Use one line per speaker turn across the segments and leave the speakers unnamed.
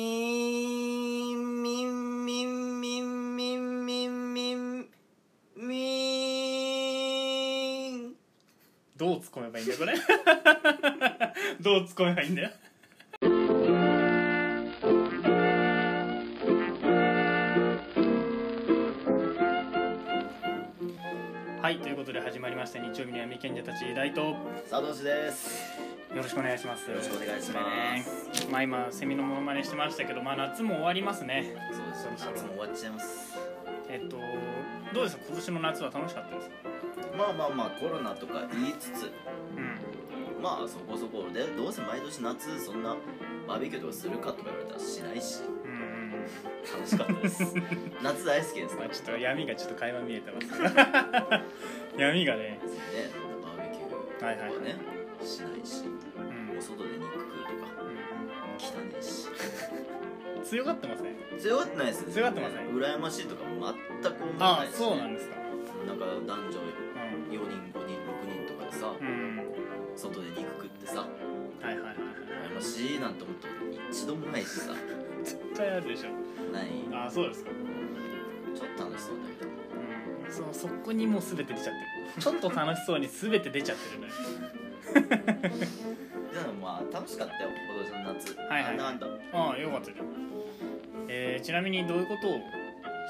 みんみんみんみんみんみんみんみん
どう突っ込めばいいんだよこれ どう突っ込めばいいんだよはいということで始まりました日曜日の闇賢者たち大東
佐藤氏です
よろしくお願いします
よろしくお願いします
ねまあ今セミのモノマネしてましたけどまあ夏も終わりますね
そうです
そろそろ
夏も終わっちゃいます
えっとどうですか今年の夏は楽しかったですか
まあまあまあコロナとか言いつつ
うん
まあそこそこでどうせ毎年夏そんなバーベキューとかするかとか言われたらしないし
うんうんうん
楽しかったです夏大好きです
ま
ね
あちょっと闇がちょっと垣間見 えてます闇がね、
ねバーベキュー
はいはい
はねしないし
うん
お外で肉食うとか汚ねえし
うん強がってますね
強がってないですね
強がってません
羨ましいとか全く思わな
あ
いし、ね、
そうなんですか
なんか男女4人5人6人とかでさ
うん、うん、
外で肉食ってさ
はいはいはいはい
羨ましいなんて思ったこと一度もないしさ
絶対あるでしょ
ない
あそうですか、
ちょっと楽しそうだけど
うん、そうそこにもう全て出ちゃってるちょっと楽しそうに全て出ちゃってるね
でもまあ楽しかったよ今年の夏
はいはい
なんだなんだ
ああよかったじゃん、えー、ちなみにどういうことを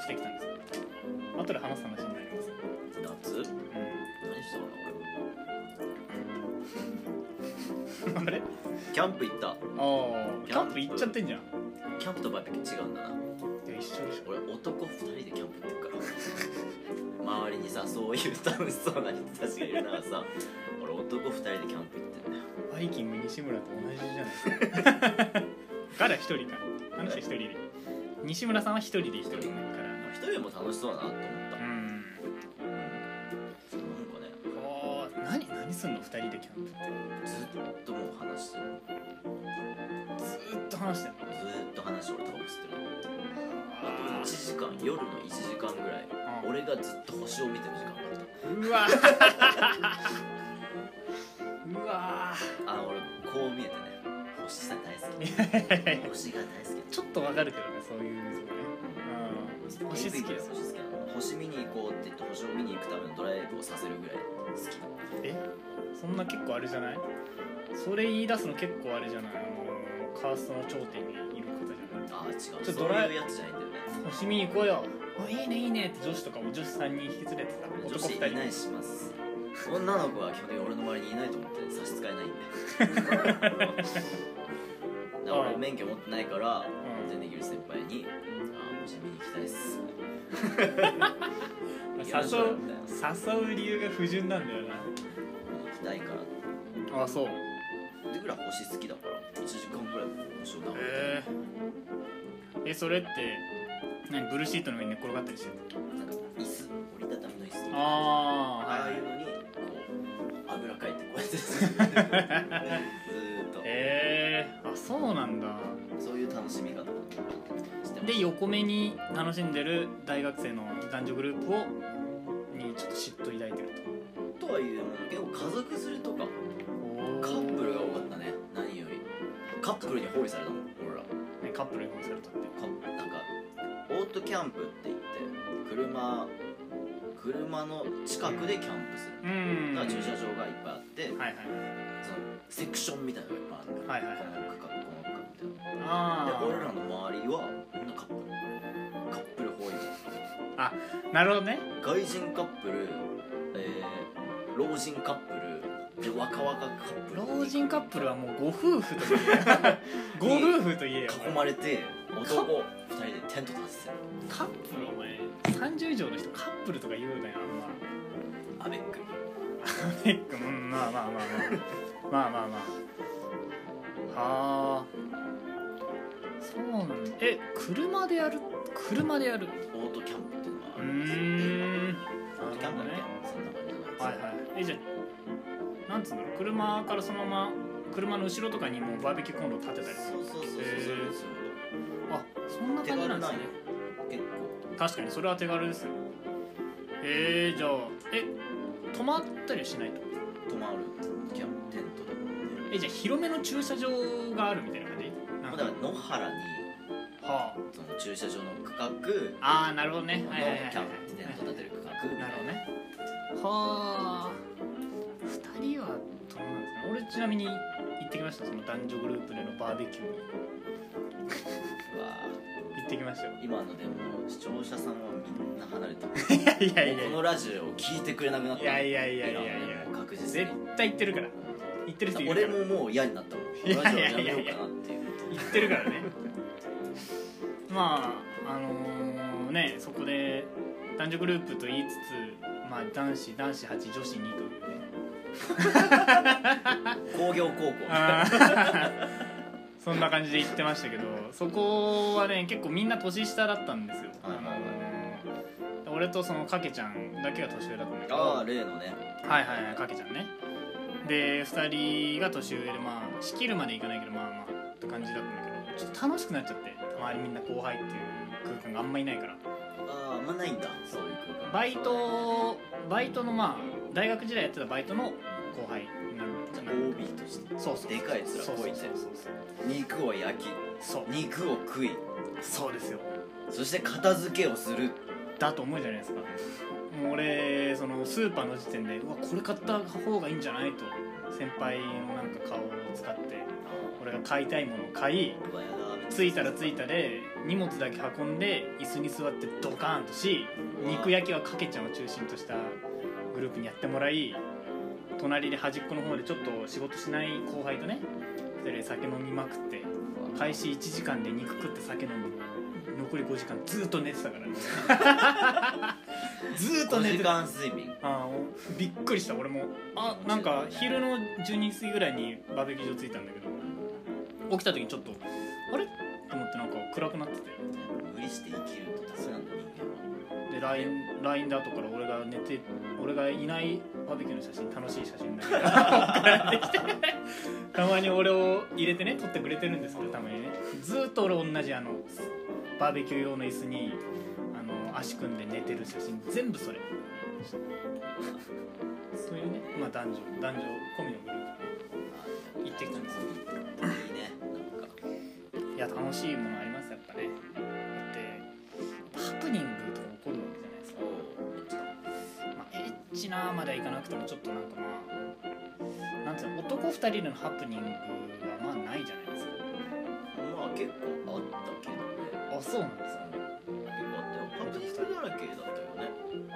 してきたんですか後で話す話になります、
夏何したかな
うん、 あれ
俺キャンプ行った
ああキャンプ行っちゃってんじゃん
キャンプとバーベキュー違うんだない
や一緒でしょ
俺男2人でキャンプ行ってるから 周りにさそういう楽しそうな人たちがいるならさ俺男2人でキャンプ行ってんだよ
バイキング西村と同じじゃないですかから一人かあの人一人で西村さんは一人で一人だか
一人も楽しそうだなと思った
らうん
うんなんかね
こう何何すんの二人でキャンプって
ずっともう話してる
ずーっと話してんの
ずーっと話俺タバコ吸ってるあ
あ
と1時間夜の1時間ぐらい
ー
俺がずっと星を見てる時間があっ
うわうわ
たあ俺こう見えてね星さ大好き 星が大好き
ちょっとわかるけどねそういうのねうん星好きです
星好きなの星見に行こうって言って星を見に行くためのドライブをさせるぐらい好きなの
えそんな結構あれじゃないそれ言い出すの結構あれじゃないあのカーストの頂点にいる方じゃない
ああ違うそう
ちょっとドラ
いうやつじゃないんだよね
星見に行こうよあいいねいいねって女子とかも女子3人引き連れてた
女
男
子
2
い
人
ないします女の子は基本的に俺の周りにいないと思って差し支えないんでだ から俺免許持ってないから運転できる先輩に「ああもし見に行きたいっす」
誘う誘う理由が不純なんだよ
見に行きたいから」
なあそう
ってぐらい星好きだから1時間ぐらい星を眺めて
ええそれって何ブルーシートの上に寝転がったりしてる
なんか椅子折りたたみの椅子みたいな
あ
ああいうのにこうあぐらかいてこ うやってずーっと
ええあそうなんだ
そういう楽しみ方をしてます
で横目に楽しんでる大学生の男女グループをにちょっと嫉妬抱いてる
とはいうもの結構家族連れとか
と
カップルが多かったね何よりカップルに包囲されたもん俺ら
ねカップルに殺されたって
カップなんかオートキャンプって言って車車の近くでキャンプする
う、
だ
ん
から駐車
は
場がいっぱいあって、
いはい
そのセクションみたいなのがいっぱいあるの
はいはい
よこの区画この区画みたいな
あ
で
あ
俺らの周りはみんなカップルカップル包囲
なるほどね
外人カップル、えー老人カップルで若々カップル
老人カップルはもうご夫婦といえご夫婦といえよ
囲まれて男2人でテント立ててる
カップルお前30以上の人カップルとか言うなよあんま
アベック
ペックうんまあまあまあまあまあまあまあはあそうなんだえ車でやる車でやる
オートキャンプっていうのが
う
あ
ー
るんですよ
ん
オートキャンプだっ
なる
けそんな感じのやつ
ほどはいはいえじゃあなんつうんだろう車からそのまま車の後ろとかにもうバーベキューコンロ立てたりする
そうそうそうそうそう
へー
そう
あそんな
手
感じな
軽
んで
な
す
んよ
ね
結
確かにそれは手軽ですよえー、じゃあえ泊まったりはしないと
構泊まるキャンプテントでもね
えじゃあ広めの駐車場があるみたいな感じなんか
だから野原に
は
その駐車場の区画
ああーなるほどね
の
はいはいはいはい
キャンプテント立てる区画み
なる
た
ほど
いな
ねはあ2人はどうなんですかね俺ちなみに行ってきましたその男女グループでのバーベキューに
うわ
行ってきましたよ
ー今のでも視聴者さんはみんな離れた
いやい
もう
や
こ
い
の
や
ラジオを聞いてくれなくなった
いやいやいやいやいや
今はねもう確実
絶
に
対行ってるから行ってる人いるから
俺ももう嫌になったもん
い
このラ
や
ジオ
い
や
やいやい
め
や
ようかなっていう
言ってるからねまああのねそこで男女グループと言いつつ、まあ、男子男子8女子2というね
工業高校
あー そんな感じで行ってましたけどそこはね結構みんな年下だったんですよ、
はいはいはい
あの俺とそのかけちゃんだけが年上だったんだけど
ああ例のね
はいはいはいかけちゃんねで2人が年上でまあ仕切るまでいかないけどまあまあって感じだったんだけどちょっと楽しくなっちゃって周りみんな後輩っていう空間があんまいないから
あああんまないんだそういう空間
バイトバイトのまあ大学時代やってたバイトの後輩になる
じゃあ
なる
OB として
そうそう
でかい面
そう
こいて
そうそうそう
肉を焼き
そう
肉を食い
そうですよ
そして片付けをする
だと思うじゃないですかもう俺そのスーパーの時点でうわこれ買った方がいいんじゃないと先輩のなんか顔を使って俺が買いたいものを買いう
わやだ
着いたら着いたで荷物だけ運んで椅子に座ってドカーンとし肉焼きはかけちゃんを中心としたグループにやってもらい隣で端っこの方でちょっと仕事しない後輩とねそれで酒飲みまくって開始1時間で肉食って酒飲む残り5時間ずーっと寝てたから ずーっと
5
寝て
時
た
間睡眠
あーびっくりした俺もあなんか昼の12時過ぎぐらいにバーベキュー場着いたんだけど起きた時にちょっとあれと思ってなんか暗くなってて
無理して生きるとダメなんだ人間は
で LINE, LINE で後から俺が寝て俺がいないバーベキューの写真楽しい写真だけど送られてきてたまに俺を入れてね撮ってくれてるんですけどたまにねずーっと俺同じあのバーベキュー用の椅子にあの足組んで寝てる写真全部それそういうねまあ男女男女込みのグルー行ってきたんですよ
いいねなんか
プいや楽しいものありますやっぱねだってハプニングとか起こるわけじゃないですかまあ、エッチなまではいかなくてもちょっとなんかまあなんていうの男2人でのハプニングはまあないじゃないですか
まあ結構あったけどね
あそうなんで
結構あったよハプニングだらけだった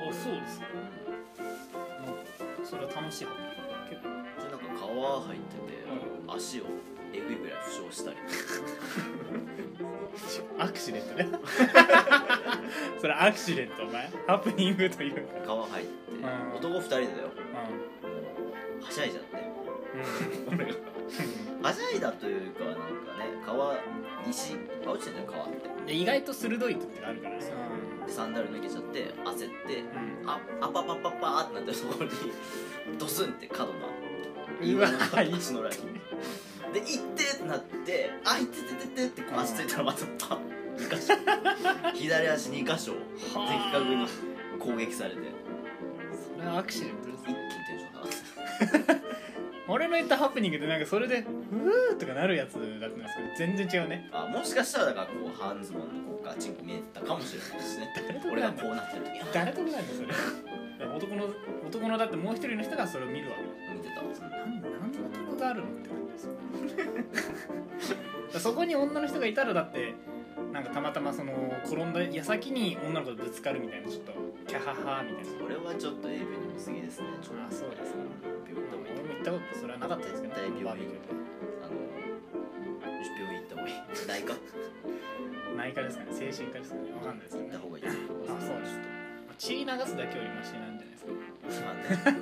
よね
あそうですかそれは楽しいハ プニング
それなんか川入ってて足をえぐいぐらい負傷したり
結構アクシデントねそれアクシデントお前ハプニングというか
川入って
うん
男2人だよ
う
はしゃいじゃって
ん
俺がはしゃいだというかなんかね川西あ落ちてんじゃん川って
うん で意外と鋭い時があるからね
でサンダル脱げちゃって焦って
うん
ああパパパパーってなってそこにドスンって角が
うわ
足のラインで行ってってなってあいててててってこう足ついたらまたパン2箇所左足2箇所的
はあ
確に攻撃されて
それはアクシデントです
一気にテンション上がって
俺の言ったハプニングってなんかそれでうーとかなるやつだったんですけど全然違うね
あもしかしたらだからこう半ズボンのこうガチンコ見えてたかもしれないですね
誰と
俺が
なんだ
こうなってる時あ
誰得なんだよそれ男の男のだってもう一人の人がそれを見るわけ
見てた
なんなんの得があるのって感じですよ そこに女の人がいたらだってなんかたまたまその転んだ矢先に女の子とぶつかるみたいなちょっとキャハハみたいな
これはちょっと AV の見過ぎですねちょっと
あそうですか
病院行った方がいい
俺も行ったことそれはなかったですけど
絶対病院
バーベキュ
あの病院行った方がいい内科行
ーで内科ですかね精神科ですかねわかんないですけ
っ
ど
た
ね
方がいいあ
そうです血流すだけよりマシなんじゃないですか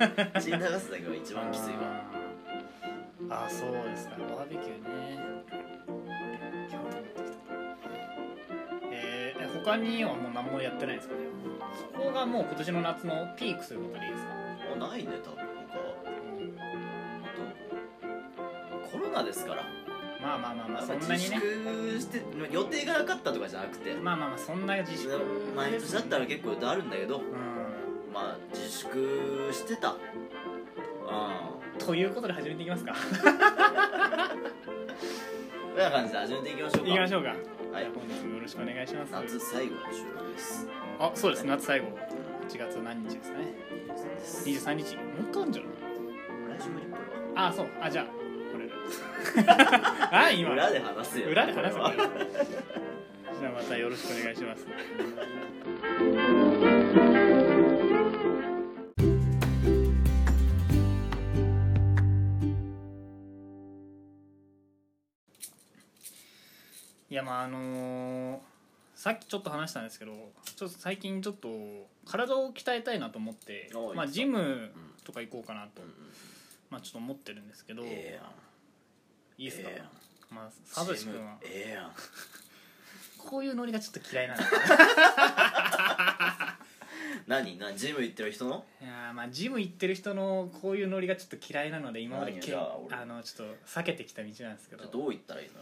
まあね 血流すだけは一番きついわ
あーあーそうですかバーベキューねキャンプ持ってきたえー、え他にはもう何もやってないですかねそこがもう今年の夏のピークということでいいですか、
もうないね多分他あとコロナですから
まあまあまあまあそんな
自
にね
粛して予定がなかったとかじゃなくて
まあまあまあそんな自粛ですね
毎年だったら結構予定あるんだけど
うん
まあ自粛してたうん
ということで始めていきますか
んな感じで始めていきましょうか
行きましょうか、
はい
じゃあ本日もよろしくお願いします
夏最後の収録です
あそうです夏最後8月何日ですね
です
23日もう一回あるんじゃない
来週無理これ
あそうあじゃあこ れあ今
は裏で話せよ
裏で話す
これ
か
は
らじゃあまたよろしくお願いしますいやまああのーさっきちょっと話したんですけどちょっと最近ちょっと体を鍛えたいなと思って
お、い
まあ、
いですか
ジムとか行こうかな
う
と、
んうん
まあ、ちょっと思ってるんですけど、
ええやん
いいですか、
ええやん
まあ、サブシ君は
チームええやん
こういうノリがちょっと嫌いなんですよね
何何ジム行ってる人の
いやーまあジム行ってる人のこういうノリがちょっと嫌いなので今まで
何
け
じゃあ俺
あのちょっと避けてきた道なんですけ
じゃあ
ど
どう言ったらいいの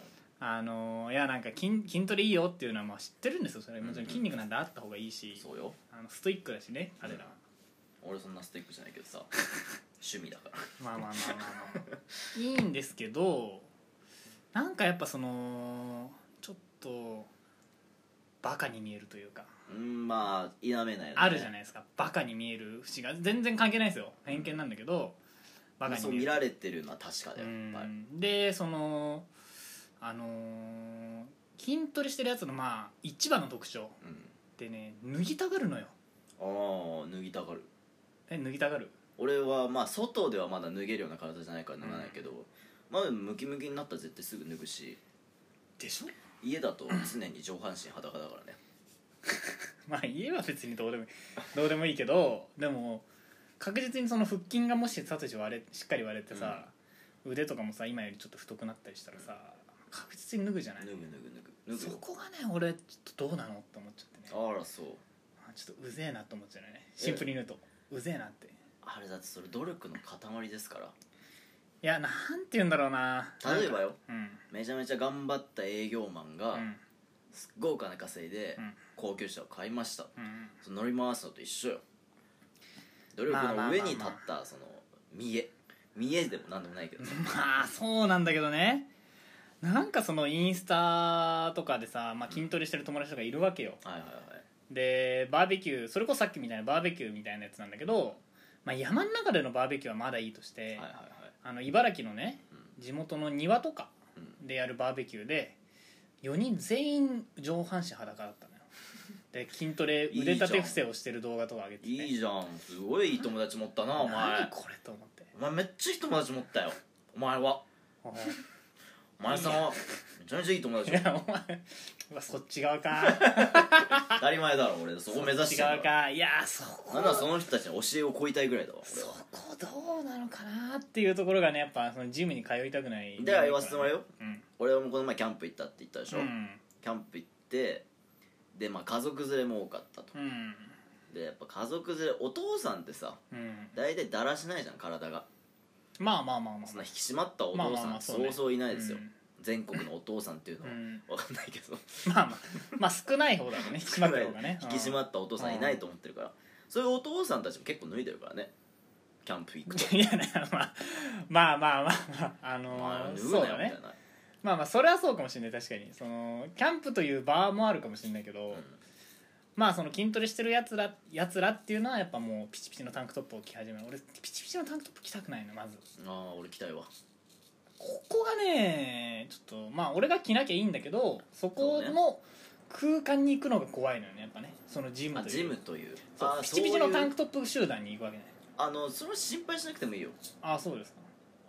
あのーいやなんか筋筋トレいいよっていうのはまあ知ってるんですよそれもちろ
うん
ん筋肉なんてあった方がいいし
そうよ
あのストイックだしね彼 らは
俺そんなストイックじゃないけど さ趣味だから
まあまあまあまあまあいいんですけどなんかやっぱそのちょっとバカに見えるというか
うんまあ否めないよね
あるじゃないですかバカに見える節が全然関係ないですよ偏見なんだけどバカに
そう
見え
見
る
られてるのは確かだ
う
よやっぱり
んでそのあのー筋トレしてるやつのまあ一番の特徴
うん
ってね脱ぎたがるのよ
ああ脱ぎたがる
え脱ぎたがる
俺はまあ外ではまだ脱げるような体じゃないから脱がないけど、まあムキムキになったら絶対すぐ脱ぐし
でしょ
家だと常に上半身裸だからね
まあ家は別にどうでもいいどうでもいいけどでも確実にその腹筋がもしサトシ割れしっかり割れてさ、腕とかもさ今よりちょっと太くなったりしたらさ確実に脱ぐじゃな
脱
い
ぐ脱ぐ脱ぐ
そ
脱
こがね俺ちょっとどうなのって思っちゃってね
ぐあらそう
あちょっとうぜえなと思っちゃうよねシンプルに言うとうぜえなって
あれだってそれ努力の塊ですから
いやなんて言うんだろうな
例えばよ
うん
めちゃめちゃ頑張った営業マン
う
が、
ん
すっごいお金稼いで、
うん
高級車を買いました
うん
その乗り回すのと一緒よ努力
まあまあまあま
の
あ
上に立ったその見え見えでもなんでもないけどさ
まあそうなんだけどねなんかそのインスタとかでさ、まあ、筋トレしてる友達とかいるわけよ
はいはいはい
でバーベキューそれこそさっきみたいなバーベキューみたいなやつなんだけど、まあ、山の中でのバーベキューはまだいいとして、
はいはいはい
あの茨城のね地元の庭とか
うん
でやるバーベキューで4人全員上半身裸だっ たのよで筋トレ腕立て伏せをしてる動画とか上げてて、
いいじゃんすごいいい友達持ったなお
何
前
これと思って
お前めっちゃいい友達持ったよお前はお前さんはめちゃめちゃいい友達
い
よ
やお前うわそっち側か
当たり前だろ俺そこ目指してんだ
そっ
ろ
ち側かいやそこ
なんならその人たちに教えを乞いたいぐらいだわ
そこどうなのかなっていうところがねやっぱそのジムに通いたくない
では言わせてもらうよ
うん
俺はもうこの前キャンプ行ったって言ったでし
う
ょ、
ん
キャンプ行ってでまあ家族連れも多かったと
うん
でやっぱ家族連れお父さんってさ
うん
大体だらしないじゃん体が
まあまあまあまあ
そんな引き締まったお
まあ
父
まあ
さ
ま
ん
あ
そ
ね
うそういないですよ
うん
全国のお父さんっていうのは
うん
わかんないけど
まあまあまあ少ない方だろうね引き締まった方がね
引き締まったお父さんいないと思ってるからそういうお父さんたちも結構脱いでるからねキャンプ行くと
うんいやなまあまあまあまあまあ
ま
あの
あ
ー
脱ぐ
そう
なよ
だ
みたい
ね
な
まあまあそれはそうかもしれない確かにそのキャンプというバーもあるかもしれないけど、
ん
まあその筋トレしてるやつらやつらっていうのはやっぱもうピチピチのタンクトップを着始める俺ピチピチのタンクトップ着たくないのまず
ああ俺来たいわ
ここがねちょっとまあ俺が着なきゃいいんだけどそこ
そう
の空間に行くのが怖いのよねやっぱねそのジム
あ
という
ジムという
そう
あー
ピチピチのタン
そういう
クトップ集団に行くわけね
あのそれは心配しなくてもいいよ
ああそうですか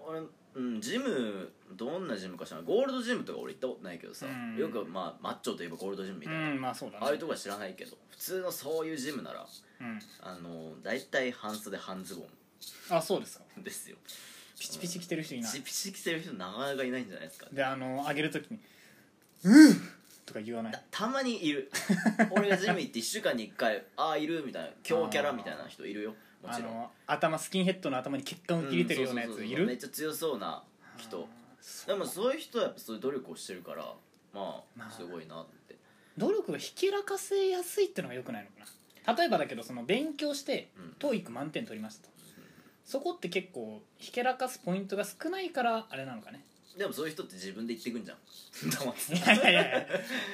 俺うんジムどんなジムか知らないゴールドジムとか俺行ったことないけどさ
うん
よくまあマッチョといえばゴールドジムみたいな
うんまあそうだね
ああいうとこは知らないけど普通のそういうジムなら
うん、
あの大体半袖半ズボ
あそうですか
ンですよ
ピチピチ着てる人い
ピ
ない
チピチ着てる人なかなかいないんじゃないですか
であの上げるときに「うん!」とか言わない
たまにいる 俺がジム行って1週間に1回ああいるみたいな強キャラみたいな人いるよも
あ
ちろん
の頭スキンヘッドの頭に血管を切れてるようなや
んそ
つ
そそ
い
めっ
る
ちゃ強そうな人
そ
で
う
もそういう人はやっぱそういう努力をしてるからま
ま
あ
あ
すごいなって
努力がひけらかせやすいってのがよくないのかな例えばだけどその勉強して
うん
TOEIC 満点取りましたとそこって結構ひけらかすポイントが少ないからあれなのかね
でもそういう人って自分で言ってくん じゃん黙って
いやいやいや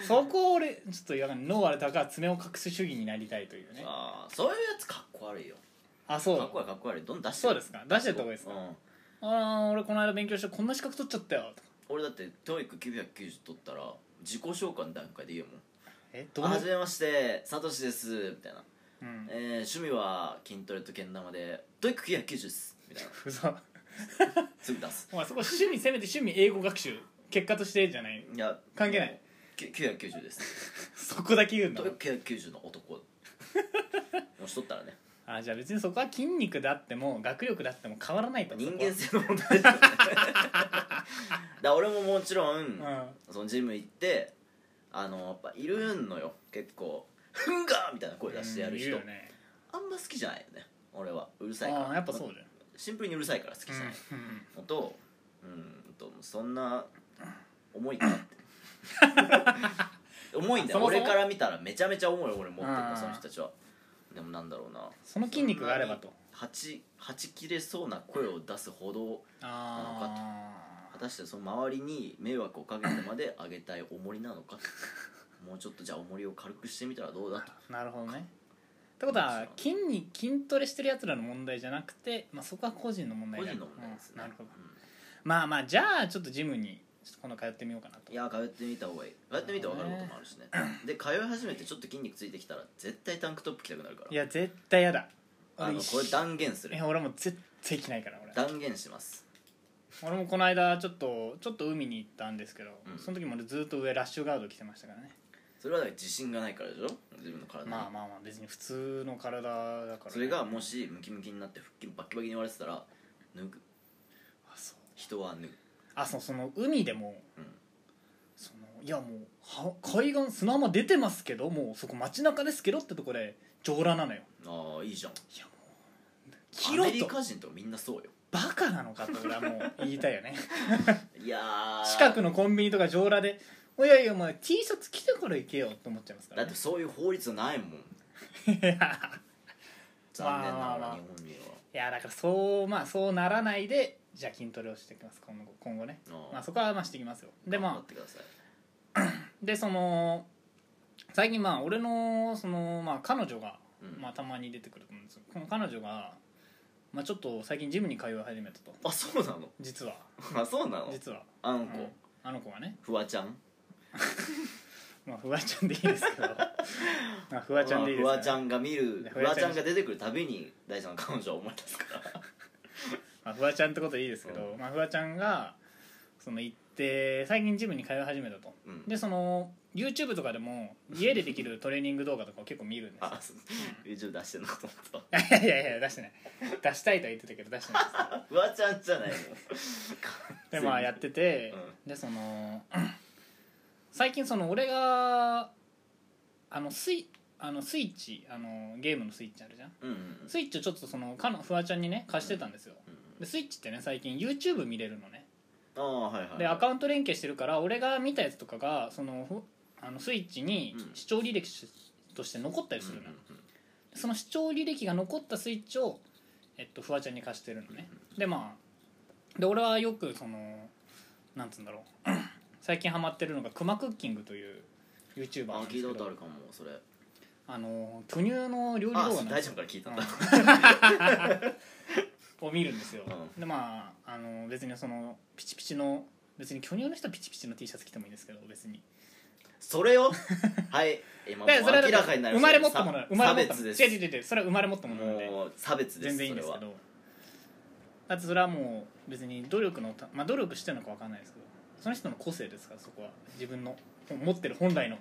そこ俺ちょっと言わないノーアルタが爪を隠す主義になりたいというね
ああそういうやつかっこ悪いよ
あそ
かっ
う
こ悪いかっこ悪いどんどん出して
そうですか出してった方がいいですか
うん
ああ俺この間勉強してこんな資格取っちゃったよとか
俺だって教育990取ったら自己紹介の段階で言うもん
え
「
どう
あはじめましてサトシです」みたいな、
うん
えー趣味は筋トレとけん玉で「教育990です」みたいな
嘘
すぐ出す
お前そこ趣味せめて趣味英語学習結果としてじゃない
いや
関係ない
き990です
そこだけ言うんだ
教育990の 男もしとったらね
あじゃあ別にそこは筋肉であっても学力であっても変わらないと
人間性の問題だよねだから俺ももちろん、
そこは
そのジム行ってあのやっぱいるのよ結構「ふんが!」みたいな
う
声
ん
出してやる
い
人、
よね
あんま好きじゃないよね俺はうるさいから
ああやっぱそうだよ
シンプルにうるさいから好きじゃない
うんうん
のとうんとそんな重いかって 重いんだよ
あそもそ
俺
も
から見たらめちゃめちゃ重い俺持ってる
あー
のその人たちはでもなんだろうな
その筋肉があればと
はちはち切れそうな声を出すほど
あ
果たしてその周りに迷惑をかけてまで上げたい重りなの かもうちょっとじゃあ重りを軽くしてみたらどうだと
あなるほどねってことは筋に筋トレしてるやつらの問題じゃなくて、まあ、そこは個人の問題
個
だ
人の問題ですね、
うんなるほど
う
まあまあじゃあちょっとジムにちょっと今度通ってみようかなと
んいや通ってみた方がいい通ってみて分かることもあるしねで通い始めてちょっと筋肉ついてきたら絶対タンクトップ着たくなるから
いや絶対やだ
あの
一
これ断言する
いや俺もう絶対着ないから俺
断言します
俺もこの間ちょっとちょっと海に行ったんですけど、
うん
その時も俺ずっと上ラッシュガード着てましたからね
それはだから自信がないからでしょ自分の体に、
まあまあまあ別に普通の体だからね、
それがもしムキムキになって腹筋バッキバキに割れてたら脱ぐ
あそう
人は脱ぐ
あそうその海でも、
うん
そのいやもうは海岸砂浜出てますけどもうそこ街中ですけどってとこで上裸なのよ
ああいいじゃん
いやもう着
ア
ろ
メリ
と
カ人とかみんなそうよ
バカなのかと俺はもう言いたいよね
いやー
近くのコンビニとか上裸で「おやいやお前 T シャツ着てから行けよ」と思っちゃいますか
だ
ら、
って
ね、
そういう法律ないもん
いや
残念なが
まあまあま
ら
あ
日本に
いやだからそうまあそうならないでじゃあ筋トレをしていきます今後今後ね
は
まあそこはまあしていきますよで
頑張
ま
っ
あ
てください
でその最近まあ俺のそのまあ彼女が
うん
まあたまに出てくると思うんですよこの彼女がまあちょっと最近ジムに通い始めたと
あそうなの
実は
あそうなの
実は
あの
うん
子
あの子はね
フワちゃん
まあフワちゃんでいいです けどまあフワちゃんでいいで
フ
す
ワ
ね
ちゃんが見る
ね
フワちゃんが出てくるたびに大ちゃんの彼女を思い出すから
まあ、フワちゃんってことでいいですけど、まあ、フワちゃんがその行って最近ジムに通い始めたと、
うん
でその YouTube とかでも家でできるトレーニング動画とかを結構見るんですよ
あ YouTube 出してんのかと思った
いやいやいや出してない出したいとは言ってた けど出してないで
フワちゃんじゃないの
すでまあやってて、でその 最近その俺があのスイあのスイッチあのゲームのスイッチあるじゃん
うんうんうん
スイッチをちょっとそのかのフワちゃんにね貸してたんですよ、でスイッチってね最近 YouTube 見れるのね
ああはいはい
でアカウント連携してるから俺が見たやつとかがそのふあのスイッチに
うん
視聴履歴しとして残ったりするのよ、その視聴履歴が残ったスイッチを、えっと、フワちゃんに貸してるのね、でまあで俺はよくそのなんつうんだろう 最近ハマってるのがクマクッキングという YouTuber
あ
なん
あ
です
聞
け
いた
ど
ことあるかもそれ
あの巨乳の料理動
あ
画なんで
大ちゃ
すよ
んから聞いたんだ
を見るんですよ、
う
でまああの別にそのピチピチの別に巨乳の人はピチピチの T シャツ着てもいいんですけど別に
それ をはい今もう
だからそ
明
れは
らかになる
生まれ持ったもの
さ
生まれ持
差
った
別
もの
で
違う
す
違う違うそれは生まれ持ったものなんで
もう差別です
全然いいんですけ
それは
どだってそれはもう別に努力のたまあ努力してるのか分かんないですけどその人の個性ですからそこは自分の持ってる本来の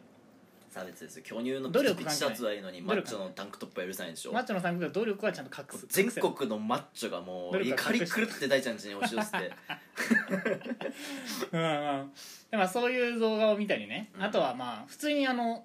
差別ですよ巨乳の
努
ピチ
力
ピ
関係ない
チシャツはいいのにマッチョのタンクトップは許さないでしょ
マッチョの産業は努力はちゃんと隠す
全国のマッチョがも
努
う
力は
怒り狂って大ちゃん家に押し寄せ て
うんうんでまあそういう動画を見たりね、
うん
あとはまあ普通にあの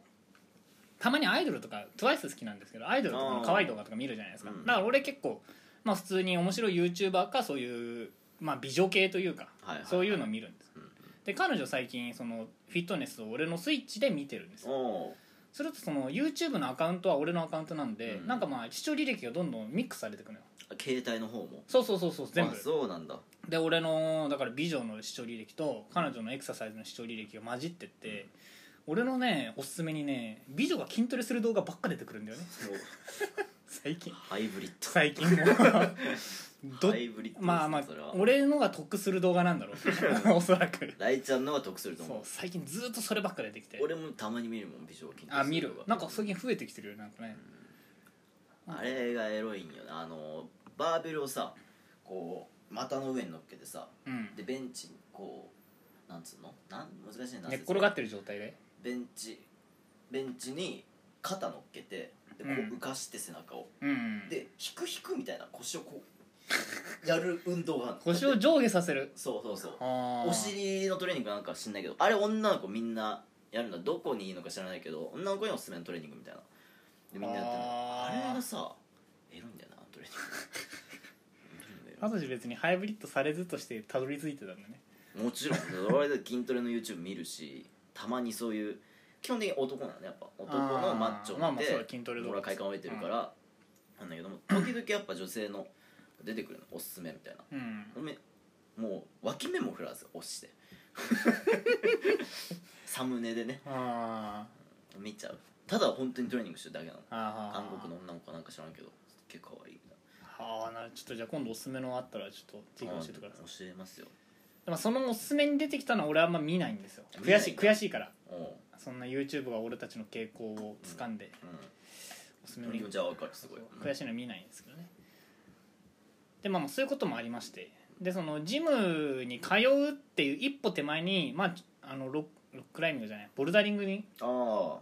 たまにアイドルとか TWICE 好きなんですけどアイドルとかの可愛い動画とか見るじゃないですか、
うん
だから俺結構まあ普通に面白い YouTuber かそういう、まあ、美女系というか、
はいはい
そういうのを見るんです、
うん
で彼女最近そのフィットネスを俺のスイッチで見てるんですよ
おう
するとその YouTube のアカウントは俺のアカウントなんで、
うん
なんかまあ視聴履歴がどんどんミックスされてくのよ
携帯の方も
そうそうそうそう全部
あそうなんだ
で俺のだから美女の視聴履歴と彼女のエクササイズの視聴履歴が混じってって俺のねおすすめにね美女が筋トレする動画ばっか出てくるんだよね最近
ハイブリッド
最 近もう ど
ハイブリッドですね
まあまあ
それは
俺のが得する動画なんだ ろうおそらく
大ちゃんのが得すると
そう
思
最近ずっとそればっか出てきて
う俺もたまに見るもん美少筋
あ見るなんか最近増えてきてるよねなんかね
あれがエロいんよねあのバーベルをさこう股の上に乗っけてさ
うん
でベンチにこうなんつうのなん難しいな
寝っ転がっててる状態で
ベンチベンチに肩乗っけてでこう
うん
浮かして背中を、
うん
で引く引くみたいな腰をこうやる運動がある
腰を上下させる
そうそうそう
あー
お尻のトレーニングなんか知んないけどあれ女の子みんなやるのどこにいいのか知らないけど女の子におすすめのトレーニングみたいなでみんなやってるの
あー
あれがさエロいんだよなトレーニング
あたし別にハイブリッドされずとしてたどり着いてたんだね
もちろん俺だって筋トレの YouTube 見るしたまにそういう基本的に男なのねやっぱ男のマッチョ
あーまあ
な
まあそうだ筋トレ動画
俺は快感を得てるから、なんだけども時々やっぱ女性の出てくるのおすすめみたいな
うん
ごめんもう脇目も振らず押して サムネでね
あ
見ちゃうただ本当にトレーニングしてるだけなの
ーあ
韓国
の
の女の子かなんか知らんけどすっげえ可愛いみたい
ああなるちょっとじゃあ今度おすすめのあったらちょっとぜひ
な
教えてください
あー教えますよ
でもそのおすすめに出てきたのは俺あんま見ないんですよ
見な
悔
い
しい悔しいから
おう
そんな YouTube が俺たちの傾向を掴んで
う
おすすめ
ん
に
気持ちは分かるすごい
悔しいのは見ないんですけどねでまあまあそういうこともありましてでそのジムに通うっていう一歩手前にまああのロックロッククライミングじゃないボルダリングに
ああ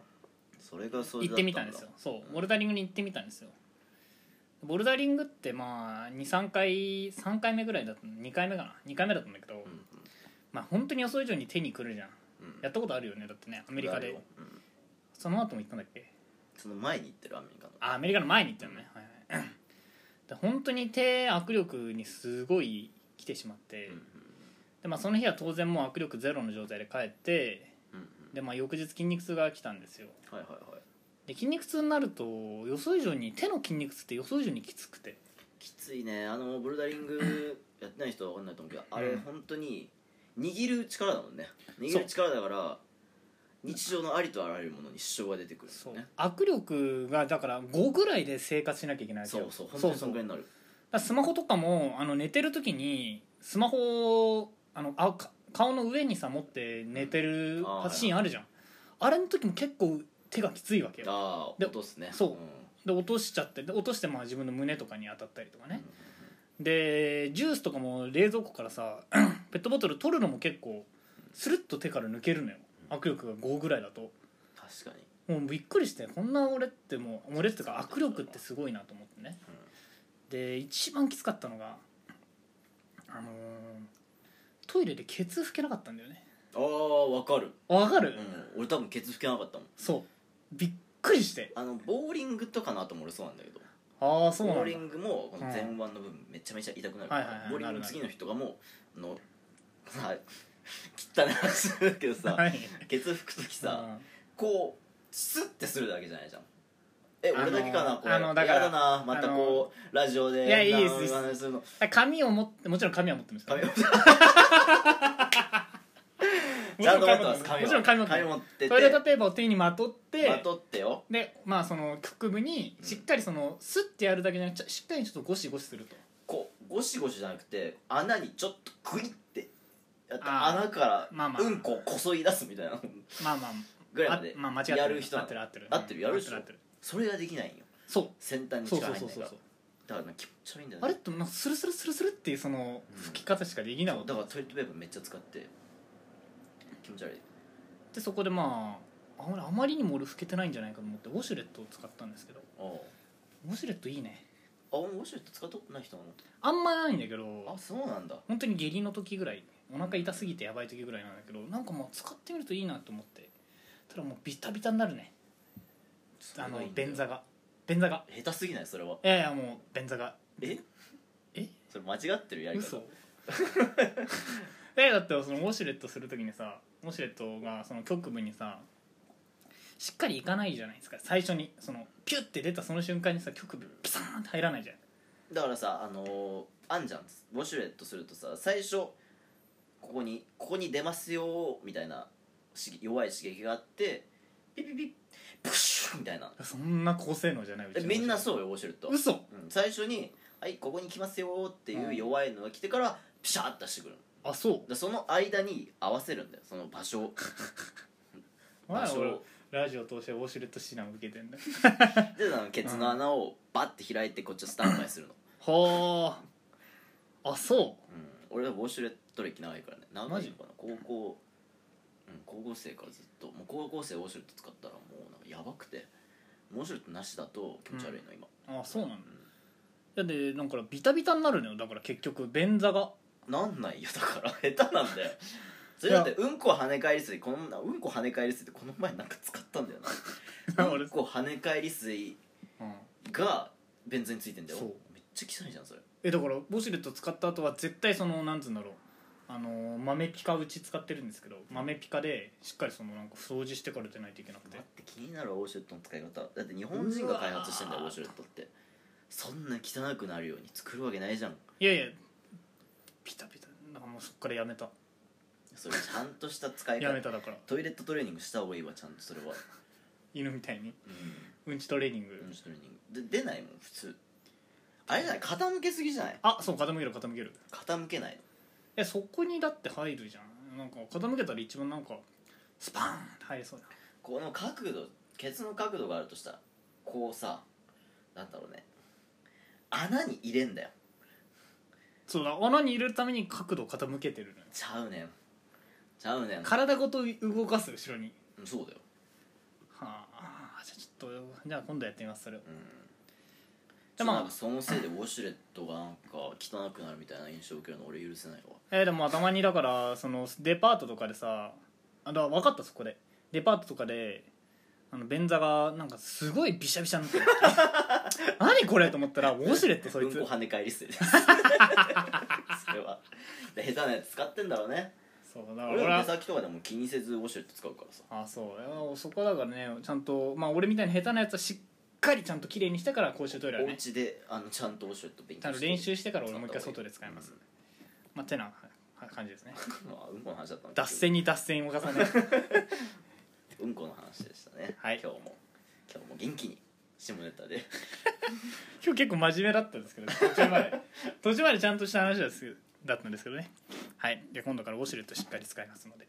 それがそれだ
行っ
だ
てみたんですよそう
うん
ボルダリングに行ってみたんですよボルダリングってまあ23回3回目ぐらいだった2回目かな2回目だったんだけど、
うんうん
まあ本当に予想以上に手にくるじゃん
うん
やったことあるよねだってねアメリカで
うん
その後も行ったんだっけ
その前に行ってるアメリカの
あアメリカの前に行ったのね、はいはい で本当に手握力にすごい来てしまって、
うん
でまあ、その日は当然もう握力ゼロの状態で帰って
うんうん
で、まあ、翌日筋肉痛が来たんですよ
はいはいはい
で筋肉痛になると予想以上に手の筋肉痛って予想以上にきつくて
きついねあのボルダリン グやってない人は分かんないと思うけどあれ
うん
本当に握る力だもんね握る力だから日常のありとあらゆるものに支障が出てくる
そ
も
う、
んね
握力がだから5ぐらいで生活しなきゃいけないわけ
そ
よ
うそう本当
そう
にそ
そ
ん
う
ぐら
だ
い
か
になる
らスマホとかもあの寝てる時にスマホをあのあか顔の上にさ持って寝てる
あー
シーンあるじゃんあれの時も結構手がきついわけよ
ああ
で
落とすね
そうんで落としちゃってで落としてまあ自分の胸とかに当たったりとかねでジュースとかも冷蔵庫からさ ペットボトル取るのも結構スルッと手から抜けるのよ握力が5ぐらいだと
確かに
もうびっくりしてこんな俺ってもう俺っていうか握力ってすごいなと思ってねで一番きつかったのがあのートイレでケツ拭けなかったんだよね
ああ分かる
わかる、
うん俺多分ケツ拭けなかったもん
そうびっくりして
あのボーリングとかの後も俺そうなんだけど
ああそうな
ボー
ん
リ
だ
ングもこの前腕の部分めちゃめちゃ痛くなる
はいはいはい
ボーリングの
なるなる
次の人がもうあの さ汚い話だけどさ
い
ケツ拭く時さ
うん
こうスッてするだけじゃないじゃんえ
あのー
俺だけかなこれ
あ
や
のだから
だなまたこうラジオで
いやいいです
なん
いいです
話するの
紙を持ってもちろん紙は持ってます
髪を
も
ち
ち
ゃん
ろん
と持ってます
紙持ってます
髪
もちろん紙持ってます
持ってて
トイレットペーパーを手にまとって
まとってよ
でまあその腹部にしっかりそのスッてやるだけじゃなくてしっかりちょっとゴシゴシすると
こうゴシゴシじゃなくて穴にちょっとクイってやって
あー
穴から
まあまあ
うんこをこそい出すみたいな
まあまあ
ぐらい
あ
まで
まあ間違ってる
やる人
合
なの
ってる合
合っ
ってる
てるやるでしょ
合ってる合ってる
それができないんよ
そう
先端に
そう
力
そう
入ん
そ
な
う
いからだ
そう
からなんか気持ち悪いんだよ
あれっ
ね
てなんかスルスルスルスルっていうその吹き方しかできないわ
だからトイレットペーパーめっちゃ使って気持ち悪い
でそこでまああまりあまりにも俺老けてないんじゃないかと思ってウォシュレットを使ったんですけど
ああ
ウォシュレットいいね
あ俺ウォシュレット使ったことない人な
あんまないんだけ
のあ
ど
そうなんだ
本当に下痢の時ぐらいお腹痛すぎてやばい時ぐらいなんだけどなんかまあ使ってみるといいなと思ってただもうビタビタになるねあの便座
が
が便座が
下手すぎないそれはい
やいやもう便座が
え
え
それ間違ってるやり方
嘘えだってそのウォシュレットするときにさウォシュレットがその局部にさしっかりいかないじゃないですか最初にそのピュッて出たその瞬間にさ局部ピサーンって入らないじゃん
だからさあのーあんじゃんウォシュレットするとさ最初ここにここに出ますよみたいな刺激弱い刺激があってピピピプシュッみたいな
そんな高性能じゃないう
え
の
みんなそうよウォシュレット、
嘘
うん最初に「はいここに来ますよ」っていう弱いのが来てからピシャーッとしてくるの
あそ
でその間に合わせるんだよその場所を
う前
場所
俺
を
ラジオ通してウォシュレット指南受けてんだ
であのケツの穴をバッて開いてこっちをスタンバイするの、
はああそ
うん、俺はウォシュレット歴長いからね長いのかな高校うん高校生からずっともう高校生ウォシュレット使ったらもうなんかやばくてウォシュレットなしだと気持ち悪いの今、
うあそうなんだだってなんかビタビタになるのよだから結局便 座が
なんないよだから 下手なんだよそれだってうんこ跳ね返り水このうんこ跳ね返り水ってこの前なんか使ったんだよなう
俺
んこ跳ね返り水
うん
が便座についてんだよ
そう
めっちゃ汚いじゃんそれ
えだからウォシュレット使った後は絶対そのなんつうんだろうあのー豆ピカうち使ってるんですけど豆ピカでしっかりそのなんか掃除してから出ないといけなくて
待って気になるウォシュレットの使い方だって日本人が開発してんだよ
う
ウ
わー
ォシュレットってそんな汚くなるように作るわけないじゃん
いやいやピタピタなんかもうそっからやめた
それちゃんとした使い
やめ
方
ただから
トイレットトレーニングした方がいいわちゃんとそれは
犬みたいに
う
うんちトレーニング、
んトレーニングで出ないもん普通あれじゃない傾けすぎじゃない
あそう傾ける傾ける
傾けない
えそこにだって入るじゃんなんか傾けたら一番なんかスパーンって入りそうだ
この角度ケツの角度があるとしたらこうさなんだろうね穴に入れんだよ
そうだ穴に入れるために角度傾けてるのよ
ちゃうねんちゃうねん
体ごと動かす後ろに
うんそうだよ
はあじゃあちょっとじゃあ今度やってみますそれを
うん
で
で
まあ
もそのせいでウォシュレットがなんか汚くなるみたいな印象を受けるの俺許せないわ
えーでもたまにだからそのデパートとかでさあだから分かったそこでデパートとかであの便座がなんかすごいビシャビシャになってる 何これと思ったらウォシュレットそいつ
うんこ跳ね返りっす よそれはで下手なやつ使ってんだろうね
そうだから
俺
俺
は
は
出先とかでも気にせずウォシュレット使うからさ
あそういやそこはだからねちゃんとまあ俺みたいに下手なやつはしっかりちゃんと綺麗にしてから公衆トイレは
お
ね
家であのちゃんとウォシュレット勉
ち
強
ゃんと
して
練習してから俺もう一回外で使います
うん
まあてなはは感じですね
まあうんこの話だったん
脱線に脱線を重ねて
うんこの話でしたね、
はい
今日も今日も元気に下ネタで
今日結構真面目だったんですけど途中まで途中までちゃんとした話ですだったんですけどねはいで今度からウォシュレットしっかり使いますので